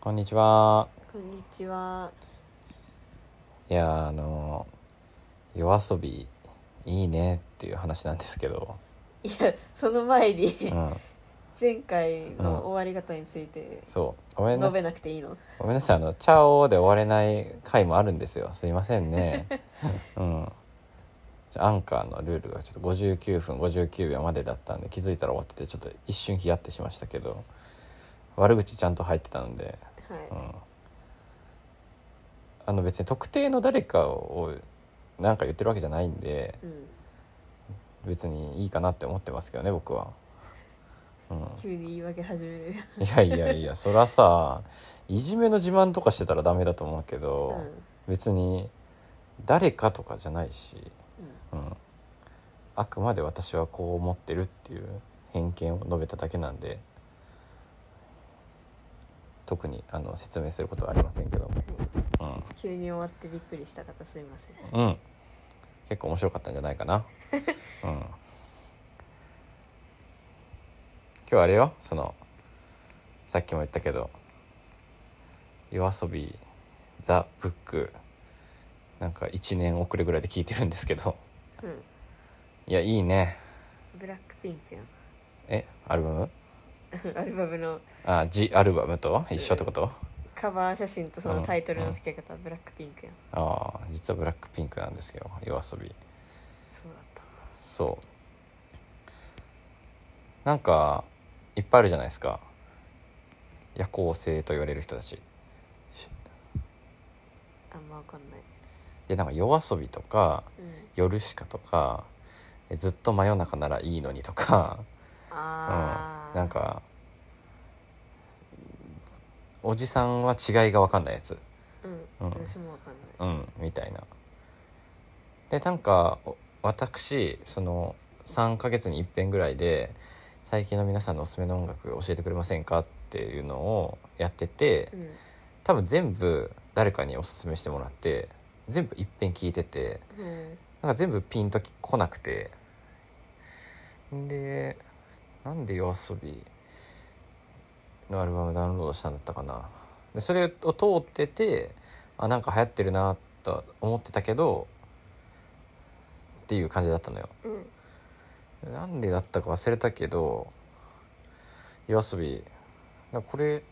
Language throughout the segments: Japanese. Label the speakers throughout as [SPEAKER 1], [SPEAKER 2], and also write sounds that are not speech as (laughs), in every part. [SPEAKER 1] こんにちは。
[SPEAKER 2] こんにちは。
[SPEAKER 1] いやーあのー夜遊びいいねっていう話なんですけど、
[SPEAKER 2] いや、その前に、
[SPEAKER 1] うん、
[SPEAKER 2] 前回
[SPEAKER 1] うん
[SPEAKER 2] の終わり方について、
[SPEAKER 1] そうごめんな
[SPEAKER 2] 述
[SPEAKER 1] さ
[SPEAKER 2] べ
[SPEAKER 1] い
[SPEAKER 2] なくていいの
[SPEAKER 1] ごめんなさいあのチャオで終われない回もあるんですよ。すいません (laughs) ね。うん。じゃあアンカーのルールがちょっと59分59秒までだったんで気づいたら終わっててちょっと一瞬ヒヤッてしましたけど悪口ちゃんと入ってたので
[SPEAKER 2] はい、
[SPEAKER 1] うんあの別に特定の誰かをなんか言ってるわけじゃないんで
[SPEAKER 2] うん。
[SPEAKER 1] 別にいいかなって思ってますけどね僕は、うん、
[SPEAKER 2] 急に言い訳始める。
[SPEAKER 1] いやいやいや (laughs) そらさいじめの自慢とかしてたらダメだと思うけ
[SPEAKER 2] うん。
[SPEAKER 1] ど
[SPEAKER 2] うん、
[SPEAKER 1] 別に誰かとかじゃないし、うん、あくまで私はこう思ってるっていう偏見を述べただけなんで特にあの説明することはありませんけども、
[SPEAKER 2] はい
[SPEAKER 1] うん、
[SPEAKER 2] 急に終わってびっくりした方すいません。
[SPEAKER 1] うん結構面白かったんじゃないかな (laughs) うん今日あれよそのさっきも言ったけど「夜遊びザ・ブック」なんか1年遅れぐらいで聞いてるんですけど (laughs)
[SPEAKER 2] うん。
[SPEAKER 1] いやいいね
[SPEAKER 2] ブラックピンクや
[SPEAKER 1] えアルバム
[SPEAKER 2] ん。ア (laughs) ルバムの
[SPEAKER 1] あジアルバムと一緒ってこと
[SPEAKER 2] カバー写真とそのタイトル
[SPEAKER 1] うん
[SPEAKER 2] の付け方、ブラックピンクやん。
[SPEAKER 1] ああ実はブラックピンクなんですよ夜遊び
[SPEAKER 2] そうだった。
[SPEAKER 1] そうなんかいっぱいあるじゃないですか夜行性と言われる人たちい
[SPEAKER 2] あんまわかんない。
[SPEAKER 1] やなんか夜遊びとか
[SPEAKER 2] うん。
[SPEAKER 1] 夜しかとかえずっと真夜中ならいいのにとか、うん、
[SPEAKER 2] あー。
[SPEAKER 1] なん。かおじさんは違いが分かんないやつ
[SPEAKER 2] うん。
[SPEAKER 1] うん
[SPEAKER 2] 私もわかんない。
[SPEAKER 1] うんみたいなでなんかお私その3ヶ月に一遍ぐらいで最近の皆さんのおすすめの音楽教えてくれませんかっていうのをやってて
[SPEAKER 2] うん。
[SPEAKER 1] 多分全部誰かにおすすめしてもらって全部一遍聞いてて
[SPEAKER 2] うん。
[SPEAKER 1] なんか全部ピンとき来なくてでなんで夜遊びのアルバムダウンロードしたんだったかなでそれを通っててあなんか流行ってるなと思ってたけどっていう感じだったのよ
[SPEAKER 2] うん。
[SPEAKER 1] なんでだったか忘れたけど夜遊びなんかこれ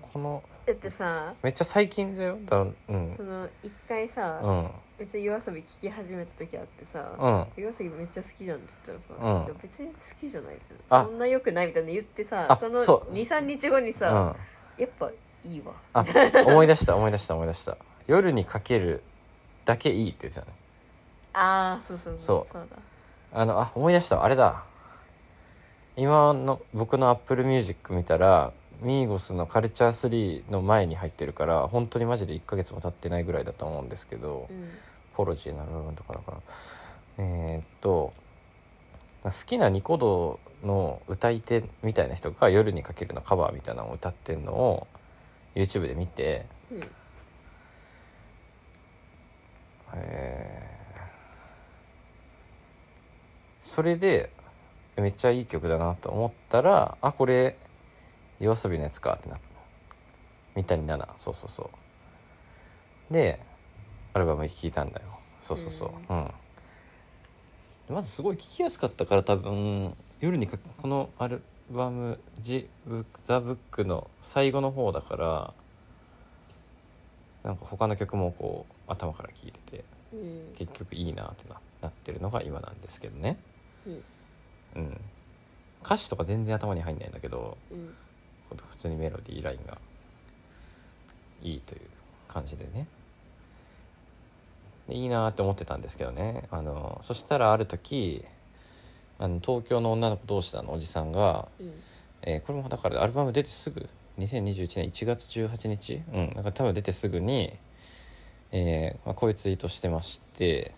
[SPEAKER 1] この
[SPEAKER 2] だってさ、
[SPEAKER 1] めっちゃ最近だよだうん
[SPEAKER 2] その一回さ、
[SPEAKER 1] うん
[SPEAKER 2] 別に夜遊び聞き始めた時あってさ、
[SPEAKER 1] うん
[SPEAKER 2] 夜遊びめっちゃ好きじゃんって言ったら
[SPEAKER 1] うん
[SPEAKER 2] さ、いや別に好きじゃないじゃ
[SPEAKER 1] あ
[SPEAKER 2] んそんな良くないみたいな言って
[SPEAKER 1] あ
[SPEAKER 2] さその
[SPEAKER 1] そう
[SPEAKER 2] 23日後に
[SPEAKER 1] う
[SPEAKER 2] さ、
[SPEAKER 1] ん
[SPEAKER 2] やっぱいいわ
[SPEAKER 1] あ思い出した思い出した思い出した夜にかけるだけいいって言ってたね
[SPEAKER 2] ああそうそうそう
[SPEAKER 1] そ
[SPEAKER 2] そうだ
[SPEAKER 1] あのあ思い出したあれだ今の僕の Apple Music 見たらミーゴスのカルチャー3の前に入ってるから本当にマジで1ヶ月も経ってないぐらいだと思うんですけど、
[SPEAKER 2] うん
[SPEAKER 1] ポロジーのアルバムとかだからえーっと好きなニコ動の歌い手みたいな人が「夜にかける」のカバーみたいなのを歌ってるのを YouTube で見て
[SPEAKER 2] うん
[SPEAKER 1] えーそれでめっちゃいい曲だなと思ったらあこれ夜遊びのやつかってなった三谷奈々そうそうそうでアルバム聴いたんだよそうそうそううん、まずすごい聴きやすかったから多分夜にかこのアルバム「ジブザ・ブック」の最後の方だからなんか他の曲もこう頭から聴いてて
[SPEAKER 2] うん
[SPEAKER 1] 結局いいなってななってるのが今なんですけどね、
[SPEAKER 2] うん
[SPEAKER 1] うん、歌詞とか全然頭に入んないんだけど
[SPEAKER 2] うん
[SPEAKER 1] 普通にメロディーラインがいいという感じでねでいいなって思ってたんですけどねあのそしたらある時あの東京の女の子同士だのおじさんが
[SPEAKER 2] うん
[SPEAKER 1] えーこれもだからアルバム出てすぐ2021年1月18日うんなんか多分出てすぐに、えーまあ、こういうツイートしてまして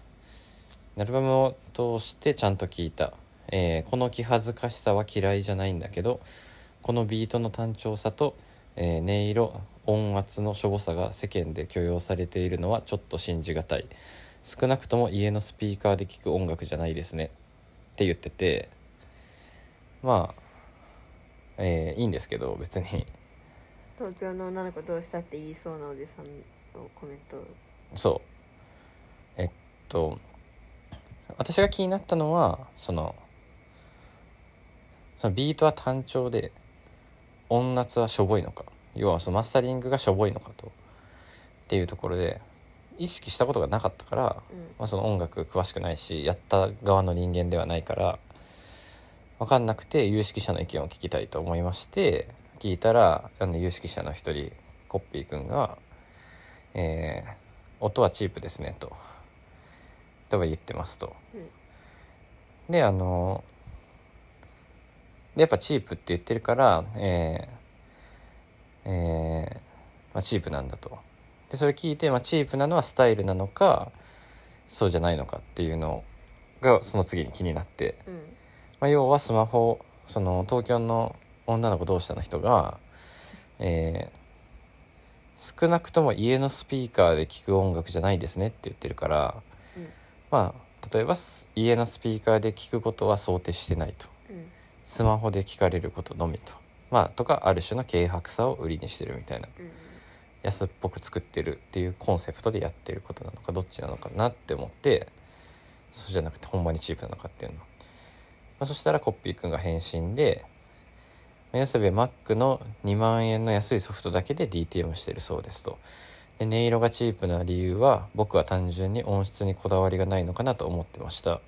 [SPEAKER 1] アルバムを通してちゃんと聞いた、えーこの気恥ずかしさは嫌いじゃないんだけどこのビートの単調さと、えー音色音圧のしょぼさが世間で許容されているのはちょっと信じがたい少なくとも家のスピーカーで聴く音楽じゃないですねって言っててまあえーいいんですけど別に (laughs)
[SPEAKER 2] 東京の女の子どうしたって言いそうなおじさんのコメント
[SPEAKER 1] そうえっと私が気になったのはそのそのビートは単調で音圧はしょぼいのか要はそのマスタリングがしょぼいのかとっていうところで意識したことがなかったから、
[SPEAKER 2] うん
[SPEAKER 1] まあ、その音楽詳しくないしやった側の人間ではないから分かんなくて有識者の意見を聞きたいと思いまして聞いたらあの有識者の一人コッピーくんが「えー音はチープですね」と「とは言ってますと」であのでやっぱチープって言ってるからえーえーまあ、チープなんだと。でそれ聞いて、まあ、チープなのはスタイルなのかそうじゃないのかっていうのがその次に気になって、
[SPEAKER 2] うん
[SPEAKER 1] まあ、要はスマホその東京の女の子同士の人が、えー少なくとも家のスピーカーで聞く音楽じゃないですねって言ってるから、
[SPEAKER 2] うん
[SPEAKER 1] まあ例えばす家のスピーカーで聞くことは想定してないと
[SPEAKER 2] うん
[SPEAKER 1] スマホで聞かれることのみと。まあ、とかある種の軽薄さを売りにしてるみたいな
[SPEAKER 2] うん
[SPEAKER 1] 安っぽく作ってるっていうコンセプトでやってることなのかどっちなのかなって思ってそうじゃなくてほんまにチープなのかっていうの、まあ、そしたらコッピーくんが返信で「皆さん Mac の2万円の安いソフトだけで DTM してるそうです」と。で音色がチープな理由は僕は単純に音質にこだわりがないのかなと思ってました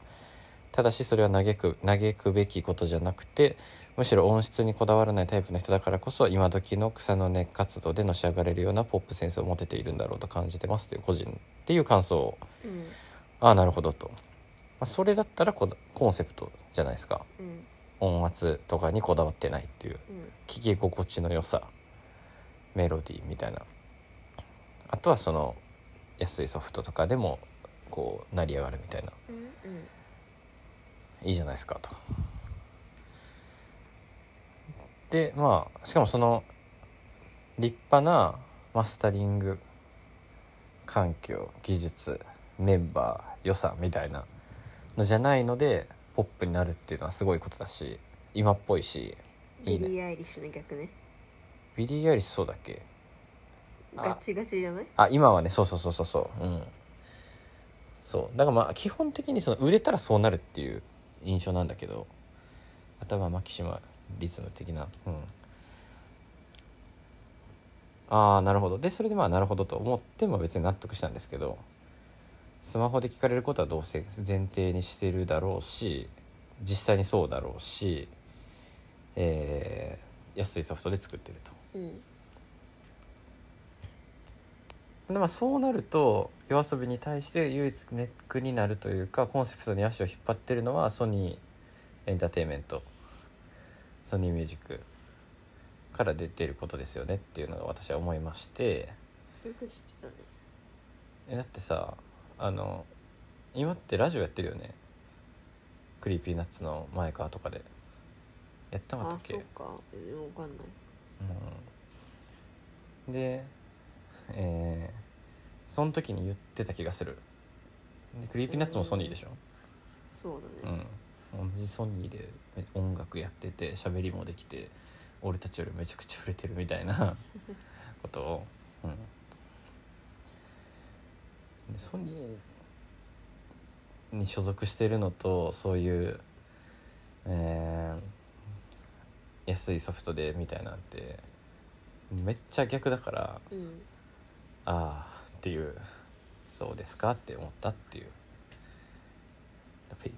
[SPEAKER 1] ただしそれは嘆く嘆くべきことじゃなくてむしろ音質にこだわらないタイプの人だからこそ今時の草の根活動でのし上がれるようなポップセンスを持てているんだろうと感じてますという個人っていう感想を
[SPEAKER 2] うん
[SPEAKER 1] ああなるほどと、まあ、それだったらこだコンセプトじゃないですか
[SPEAKER 2] うん
[SPEAKER 1] 音圧とかにこだわってないっていう
[SPEAKER 2] うん
[SPEAKER 1] 聞き心地の良さメロディーみたいなあとはその安いソフトとかでもこう成り上がるみたいな
[SPEAKER 2] うんうん
[SPEAKER 1] いいじゃないですかと。でまあしかもその立派なマスタリング環境技術メンバー予算みたいなのじゃないのでポップになるっていうのはすごいことだし今っぽいしい
[SPEAKER 2] ビ
[SPEAKER 1] いね
[SPEAKER 2] リー・アイリッシュの逆ね
[SPEAKER 1] ビリー・アイリッシュそうだっけあ
[SPEAKER 2] ガチガチじゃない
[SPEAKER 1] あ今はねそうそうそうそうそううんそうだからまあ基本的にその売れたらそうなるっていう印象なんだけど頭マキシマリズム的なうんああなるほどでそれでまあなるほどと思っても別に納得したんですけどスマホで聞かれることはどうせ前提にしてるだろうし実際にそうだろうしえー安いソフトで作ってると
[SPEAKER 2] うん
[SPEAKER 1] でまあ、そうなると夜遊びに対して唯一ネックになるというかコンセプトに足を引っ張ってるのはソニーエンターテインメントソニーミュージックから出てることですよねっていうのが私は思いまして
[SPEAKER 2] よく知ってたね
[SPEAKER 1] えだってさあの今ってラジオやってるよねクリーピーナッツの前川とかでやってなかっ
[SPEAKER 2] あ
[SPEAKER 1] たっけ
[SPEAKER 2] そうかえわかんない
[SPEAKER 1] うんでえーその時に言ってた気がするでクリーピーナッツもソニーでしょ、
[SPEAKER 2] そうだね
[SPEAKER 1] うん、同じソニーで音楽やってて喋りもできて俺たちよりめちゃくちゃ売れてるみたいなことを、うん、でソニーに所属してるのとそういう、えー安いソフトでみたいなんてめっちゃ逆だから
[SPEAKER 2] うん
[SPEAKER 1] ああっていうそうですかって思ったっていうフェイ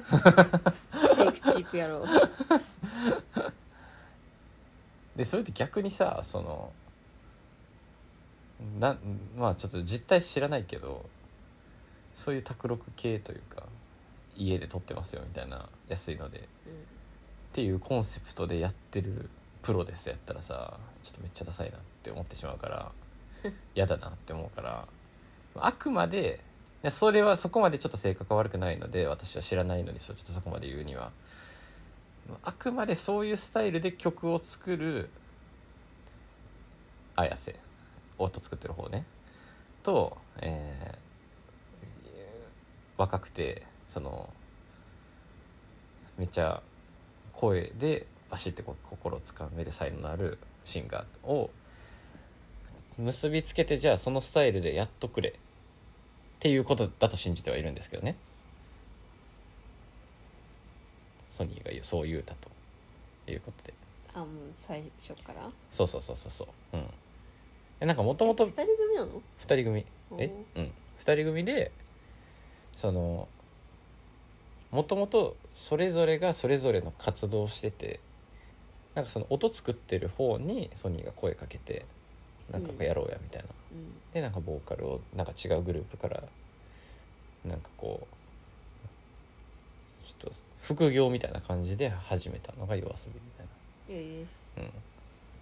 [SPEAKER 1] ク。
[SPEAKER 2] フェイクチープやろう
[SPEAKER 1] でそれって逆にさそのなまあちょっと実態知らないけどそういう卓録系というか家で撮ってますよみたいな安いのでっていうコンセプトでやってるプロですやったらさちょっとめっちゃダサいなって思ってしまうから嫌だなって思うからあくまでいやそれはそこまでちょっと性格は悪くないので私は知らないのにそうちょっとそこまで言うにはあくまでそういうスタイルで曲を作る綾瀬音作ってる方ねと、えー若くてそのめっちゃ声でバシッてこう心をつかめる才能のあるシンガーを結びつけてじゃあそのスタイルでやっとくれっていうことだと信じてはいるんですけどねソニーが言うそう言うたということで
[SPEAKER 2] あもう最初から
[SPEAKER 1] そうそうそうそうそううんえなんかもともと
[SPEAKER 2] 二人組なの
[SPEAKER 1] 2人組え
[SPEAKER 2] う
[SPEAKER 1] うん2人組でそのもともとそれぞれがそれぞれの活動をしててなんかその音作ってる方にソニーが声かけてなんかこうやろうやみたいな、
[SPEAKER 2] うん
[SPEAKER 1] でなんかボーカルをなんか違うグループからなんかこうちょっと副業みたいな感じで始めたのが夜遊びみたいな
[SPEAKER 2] え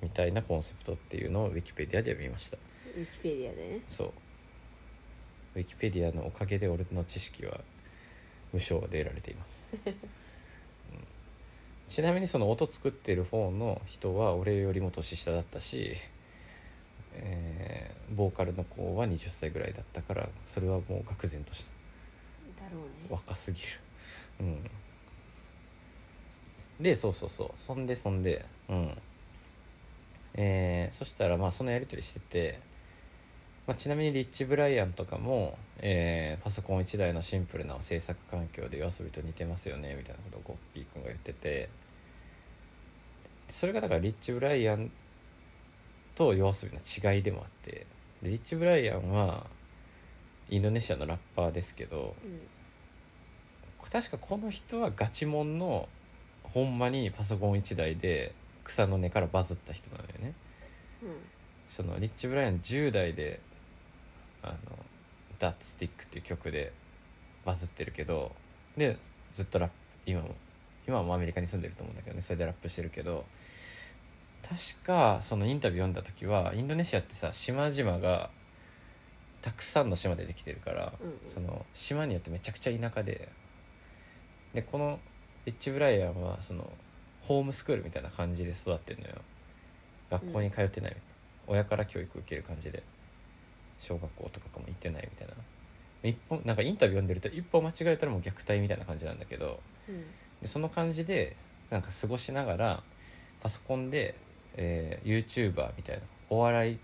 [SPEAKER 1] みたいなコンセプトっていうのをウィキペディアで見ました
[SPEAKER 2] えウィキペディアでね
[SPEAKER 1] そうウィキペディアのおかげで俺の知識は無償で得られています、うんちなみにその音作ってる方の人は俺よりも年下だったし、えーボーカルの子は20歳ぐらいだったからそれはもう愕然とした
[SPEAKER 2] だろうね
[SPEAKER 1] 若すぎるうんでそうそうそうそんでそんでうんえーそしたらまあそのやり取りしてて、まあ、ちなみにリッチ・ブライアンとかも、えーパソコン1台のシンプルな制作環境で夜遊びと似てますよねみたいなことをゴッピー君が言っててそれがだからリッチ・ブライアンと夜遊びの違いでもあってでリッチ・ブライアンはインドネシアのラッパーですけど、
[SPEAKER 2] うん
[SPEAKER 1] 確かこの人はガチモンのほんまにパソコン1台で草の根からバズった人なのよね
[SPEAKER 2] うん
[SPEAKER 1] そのリッチ・ブライアン10代で「あのダッツ・スティック」っていう曲でバズってるけどでずっとラップ今も今もアメリカに住んでると思うんだけどねそれでラップしてるけど確かそのインタビュー読んだ時はインドネシアってさ島々がたくさんの島でできてるから、
[SPEAKER 2] うんうん
[SPEAKER 1] その島によってめちゃくちゃ田舎ででこのリッチ・ブライアンはそのホームスクールみたいな感じで育ってるのよ学校に通ってない、親から教育受ける感じで小学校とかかも行ってないみたいな一本なんかインタビュー読んでると一歩間違えたらもう虐待みたいな感じなんだけど
[SPEAKER 2] うん
[SPEAKER 1] でその感じでなんか過ごしながらパソコンで、えー、YouTuber みたいなお笑い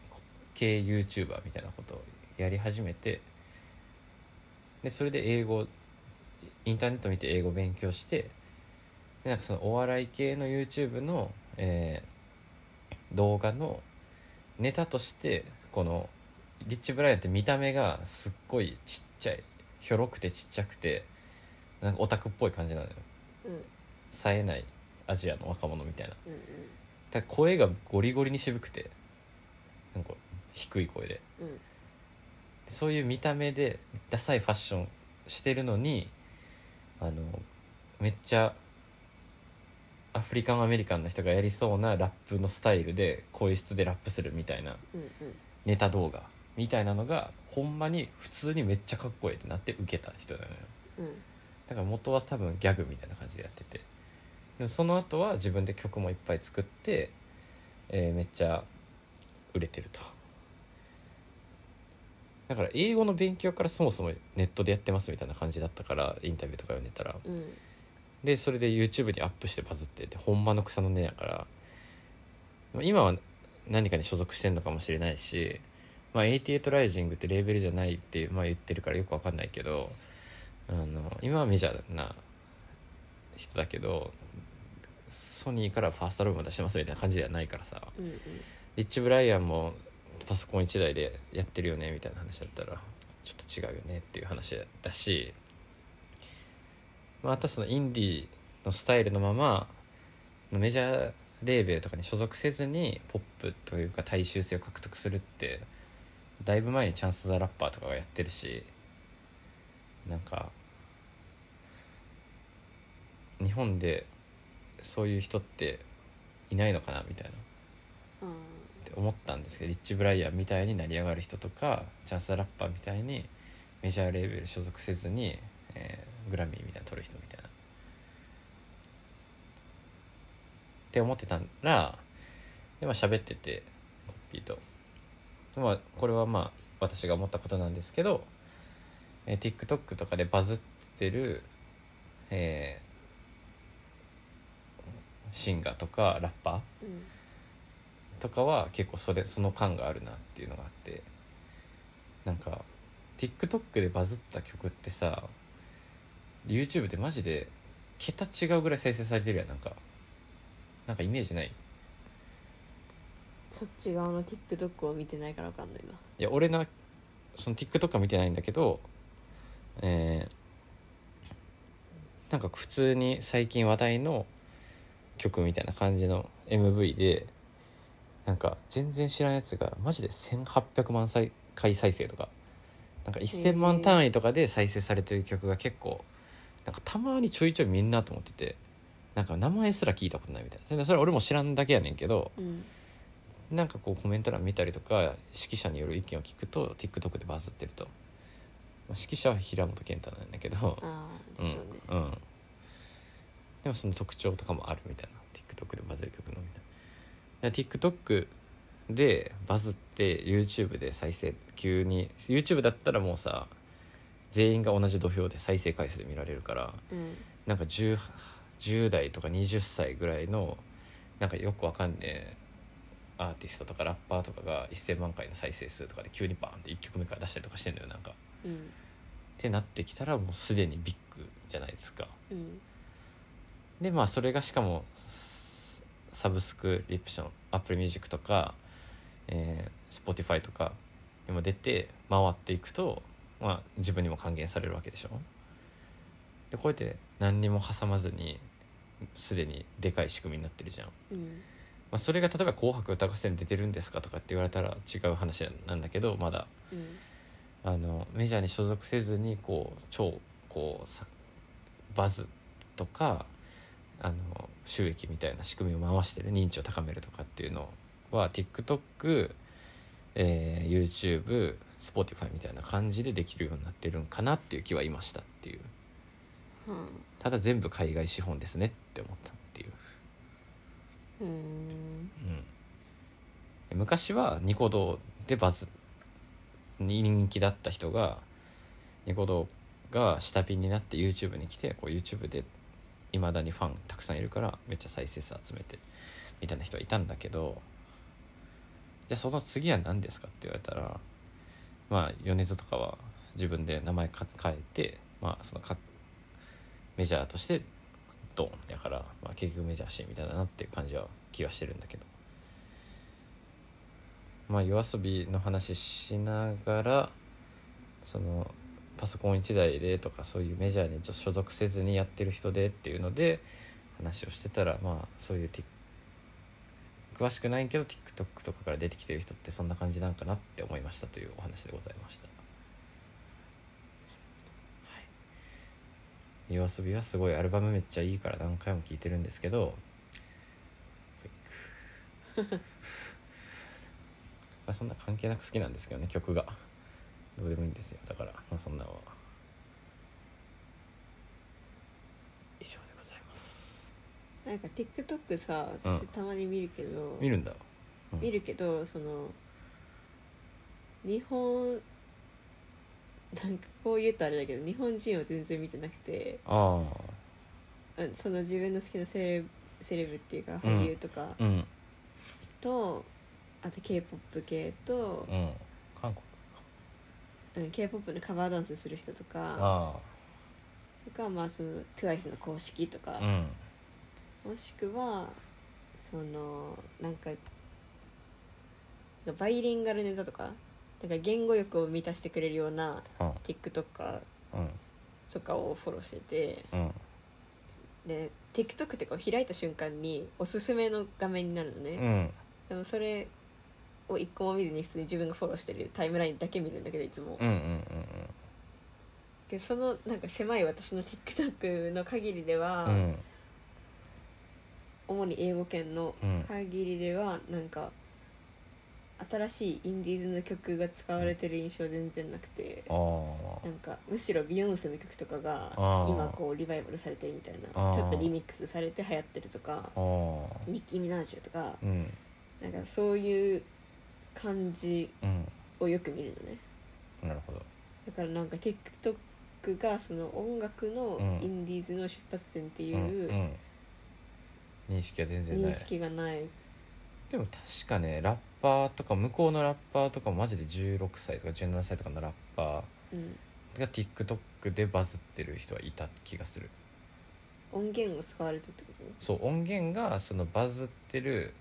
[SPEAKER 1] 系 YouTuber みたいなことをやり始めてでそれで英語インターネット見て英語勉強してでなんかそのお笑い系の YouTube の、えー動画のネタとしてこのリッチ・ブライアンって見た目がすっごいちっちゃいひょろくてちっちゃくてなんかオタクっぽい感じなのよ
[SPEAKER 2] うん
[SPEAKER 1] 冴えないアジアの若者みたいな
[SPEAKER 2] うん
[SPEAKER 1] だから声がゴリゴリに渋くてなんか低い声で
[SPEAKER 2] うんうん
[SPEAKER 1] そういう見た目でダサいファッションしてるのにあのめっちゃアフリカンアメリカンの人がやりそうなラップのスタイルで声質でラップするみたいな
[SPEAKER 2] うんうん
[SPEAKER 1] ネタ動画みたいなのがほんまに普通にめっちゃかっこいいってなって受けた人なのよ
[SPEAKER 2] うん
[SPEAKER 1] だから元は多分ギャグみたいな感じでやっててでもその後は自分で曲もいっぱい作って、えーめっちゃ売れてるとだから英語の勉強からそもそもネットでやってますみたいな感じだったからインタビューとか読んでたら
[SPEAKER 2] うん
[SPEAKER 1] でそれで YouTube にアップしてバズっててほんまの草の根やからまあ今は何かに所属してんのかもしれないし、まあ、88ライジングってレーベルじゃないって、まあ、言ってるからよくわかんないけどあの今はメジャーな人だけどソニーからファーストアルバム出してますみたいな感じではないからさ
[SPEAKER 2] うんうん
[SPEAKER 1] リッチ・ブライアンもパソコン1台でやってるよねみたいな話だったらちょっと違うよねっていう話だしまたそのインディーのスタイルのままメジャーレーベルとかに所属せずにポップというか大衆性を獲得するってだいぶ前にチャンス・ザ・ラッパーとかがやってるしなんか日本でそういう人っていないのかなみたいなって思ったんですけどリッチ・ブライアンみたいに成り上がる人とかチャンス・ラッパーみたいにメジャーレーベル所属せずに、えーグラミーみたいなの取る人みたいな。って思ってたらで、まあ、喋っててコッピーと。まあ、これはまあ私が思ったことなんですけど、えー TikTok とかでバズってる、えーシンガーとかラッパー
[SPEAKER 2] うん
[SPEAKER 1] とかは結構それその感があるなっていうのがあってなんか TikTok でバズった曲ってさ YouTube でマジで桁違うぐらい再生されてるやんなんかなんかイメージない
[SPEAKER 2] そっち側の TikTok を見てないからわかんないない
[SPEAKER 1] や俺のその TikTok は見てないんだけどえーなんか普通に最近話題の曲みたいな感じの MV でなんか全然知らんやつがマジで1800万再回再生とかなんか1000万単位とかで再生されてる曲が結構なんかたまにちょいちょい見んなと思っててなんか名前すら聞いたことないみたいなそれそれ俺も知らんだけやねんけど
[SPEAKER 2] うん
[SPEAKER 1] なんかこうコメント欄見たりとか指揮者による意見を聞くと TikTok でバズってると、まあ、指揮者は平本健太なんだけど
[SPEAKER 2] あ
[SPEAKER 1] う
[SPEAKER 2] あ
[SPEAKER 1] ん
[SPEAKER 2] でしょうね、
[SPEAKER 1] うん、でもその特徴とかもあるみたいな TikTok でバズる曲のみたいなで TikTok でバズって YouTube で再生急に YouTube だったらもうさ全員が同じ土俵で再生回数で見られるから
[SPEAKER 2] うん
[SPEAKER 1] なんか 10, 10代とか20歳ぐらいのなんかよくわかんねえアーティストとかラッパーとかが1,000万回の再生数とかで急にバーンって1曲目から出したりとかしてんだよなんか。っ
[SPEAKER 2] うん
[SPEAKER 1] てなってきたらもうすでにビッグじゃないですか。
[SPEAKER 2] うん
[SPEAKER 1] でまあそれがしかもスサブスクリプション Apple Music とか、えー Spotify とかにも出て回っていくと、まあ、自分にも還元されるわけでしょでこうやって何にも挟まずにすでにでかい仕組みになってるじゃん、ま
[SPEAKER 2] うん
[SPEAKER 1] あ、それが例えば「紅白歌合戦」出てるんですかとかって言われたら違う話なんだけどまだ
[SPEAKER 2] うん
[SPEAKER 1] あのメジャーに所属せずにこう超こうさバズとかあの収益みたいな仕組みを回してる認知を高めるとかっていうのは TikTok、えー YouTube、Spotify みたいな感じでできるようになってるんかなっていう気はいましたっていう
[SPEAKER 2] は
[SPEAKER 1] ただ全部海外資本ですねって思ったっていう、
[SPEAKER 2] あうん
[SPEAKER 1] うん、昔はニコ動でバズ人気だった人がニコ動が下火になって YouTube に来てこう YouTube でいまだにファンたくさんいるからめっちゃ再生数集めてみたいな人はいたんだけどじゃあその次は何ですかって言われたらまあ米津とかは自分で名前か変えて、まあ、そのかメジャーとしてドンだから、まあ、結局メジャーシーンみたいだなっていう感じは気はしてるんだけどまあ夜遊びの話しながらそのパソコン1台でとかそういうメジャーにちょっと所属せずにやってる人でっていうので話をしてたらまあそういう Tik- 詳しくないけど TikTok とかから出てきてる人ってそんな感じなんかなって思いましたというお話でございました。はい、夜遊びはすごいアルバムめっちゃいいから何回も聴いてるんですけど (laughs) まあそんな関係なく好きなんですけどね曲がどうでもいいんですよだから、まあ、そんなのは以上でございます
[SPEAKER 2] なんか TikTok さ
[SPEAKER 1] う
[SPEAKER 2] 私
[SPEAKER 1] ん
[SPEAKER 2] たまに見るけど、
[SPEAKER 1] 見るんだうん
[SPEAKER 2] 見るけどその日本なんかこう言うとあれだけど日本人を全然見てなくて
[SPEAKER 1] あ
[SPEAKER 2] あその自分の好きなセレブセレブっていうか
[SPEAKER 1] うん
[SPEAKER 2] 俳優とか
[SPEAKER 1] あうん
[SPEAKER 2] と、あと k p o p 系と
[SPEAKER 1] う、ん韓国か
[SPEAKER 2] うん、k p o p のカバーダンスする人とか
[SPEAKER 1] あ
[SPEAKER 2] とかまあその TWICE の公式とか
[SPEAKER 1] あう、ん
[SPEAKER 2] もしくはそのなんかバイリンガルネタとかなんか言語力を満たしてくれるような
[SPEAKER 1] うん
[SPEAKER 2] TikToker
[SPEAKER 1] うん
[SPEAKER 2] とかをフォローしてて
[SPEAKER 1] うん
[SPEAKER 2] で TikTok ってこう開いた瞬間におすすめの画面になるの
[SPEAKER 1] う
[SPEAKER 2] ね、
[SPEAKER 1] ん
[SPEAKER 2] でもそれを一個も見ずに普通に自分がフォローしてるタイムラインだけ見るんだけどいつも、
[SPEAKER 1] うんうん
[SPEAKER 2] でそのなんか狭い私の TikTok の限りでは、
[SPEAKER 1] うんうん
[SPEAKER 2] 主に英語圏の
[SPEAKER 1] うん
[SPEAKER 2] 限りではなんか新しいインディーズの曲が使われてる印象全然なくて
[SPEAKER 1] ああ
[SPEAKER 2] なんかむしろビヨンセの曲とかが
[SPEAKER 1] あー
[SPEAKER 2] 今こうリバイバルされてるみたい
[SPEAKER 1] あ
[SPEAKER 2] な
[SPEAKER 1] ー
[SPEAKER 2] ちょっとリミックスされて流行ってるとか
[SPEAKER 1] ああ
[SPEAKER 2] ニッキー・ミナージュとか
[SPEAKER 1] うん
[SPEAKER 2] なんかそういう感じ
[SPEAKER 1] うん
[SPEAKER 2] をよく見るのね
[SPEAKER 1] なるほど
[SPEAKER 2] だからなんか TikTok がその音楽の
[SPEAKER 1] うん
[SPEAKER 2] インディーズの出発点って
[SPEAKER 1] う
[SPEAKER 2] い
[SPEAKER 1] んう
[SPEAKER 2] うん
[SPEAKER 1] 認識は全然な
[SPEAKER 2] 認
[SPEAKER 1] い
[SPEAKER 2] 識がない
[SPEAKER 1] でも確かねラッパーとか向こうのラッパーとかマジで16歳とか17歳とかのラッパ
[SPEAKER 2] うん、
[SPEAKER 1] ーが TikTok でバズってる人はいた気がする
[SPEAKER 2] 音源を使われてってこ
[SPEAKER 1] そう音源がそのバズってる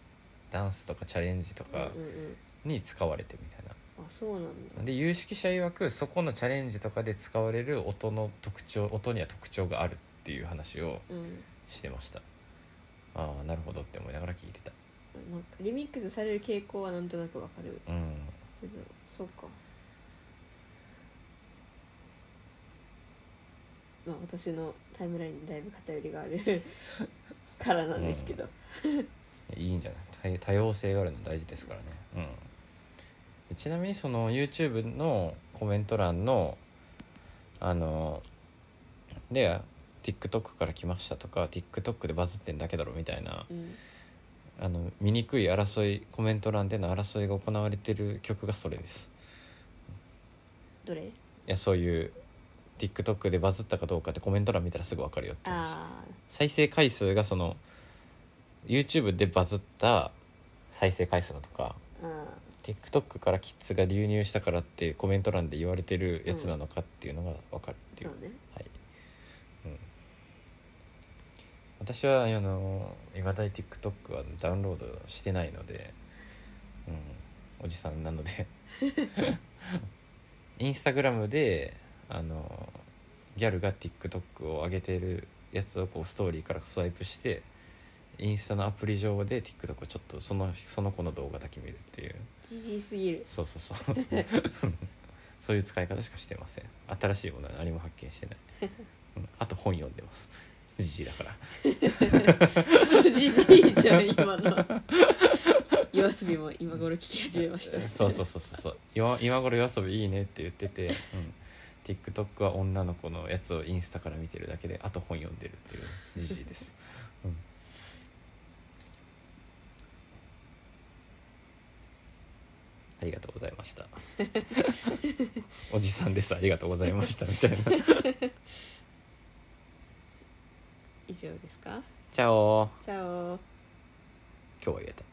[SPEAKER 1] ダンスとかチャレンジと
[SPEAKER 2] と、ね
[SPEAKER 1] か
[SPEAKER 2] うんうん
[SPEAKER 1] に使われてみたいな
[SPEAKER 2] うん、あそうなんだ
[SPEAKER 1] で有識者曰くそこのチャレンジとかで使われる音の特徴音には特徴があるっていう話を
[SPEAKER 2] うん
[SPEAKER 1] してましたああなるほどって思いながら聞いてた
[SPEAKER 2] なんかリミックスされる傾向はなんとなくわかる
[SPEAKER 1] うん
[SPEAKER 2] けどそうかまあ私のタイムラインにだいぶ偏りがある (laughs) からなんですけど、
[SPEAKER 1] いいんじゃない多多様性があるの大事ですからねうんでちなみにその YouTube のコメント欄のあので TikTok から来ましたとか TikTok でバズってんだけだろみたいな
[SPEAKER 2] うん
[SPEAKER 1] あの醜い争いコメント欄での争いが行われてる曲がそれです
[SPEAKER 2] どれ
[SPEAKER 1] いやそういう TikTok でバズったかどうかってコメント欄見たらすぐ分かるよって話
[SPEAKER 2] ああ
[SPEAKER 1] 再生回数がその YouTube でバズった再生回数のとか
[SPEAKER 2] あ
[SPEAKER 1] TikTok からキッズが流入したからってコメント欄で言われてるやつなのかっていうのが分かるってい、
[SPEAKER 2] そううね
[SPEAKER 1] はい、うん、私はあの今だい TikTok はダウンロードしてないので、うん、おじさんなので (laughs) インスタグラムであのギャルが TikTok を上げてるやつをこうストーリーからスワイプしてインスタのアプリ上で TikTok をちょっとそのその子の動画だけ見るっていう
[SPEAKER 2] じじいす (laughs) ぎる
[SPEAKER 1] そうそうそう (laughs) そういう使い方しかしてません新しいものは何も発見してない、うんあと本読んでますじじいだから
[SPEAKER 2] じじいじゃん今の
[SPEAKER 1] (laughs)
[SPEAKER 2] 夜遊びも今頃聞き始めました
[SPEAKER 1] そうそうそうそうそう今今頃夜遊びいいねって言ってて、うん、TikTok は女の子のやつをインスタから見てるだけであと本読んでるっていうじじいです、うんありがとうございましたおじさんですありがとうございましたみたいな
[SPEAKER 2] 以上ですか
[SPEAKER 1] チャオ
[SPEAKER 2] チャオ
[SPEAKER 1] 今日は言えた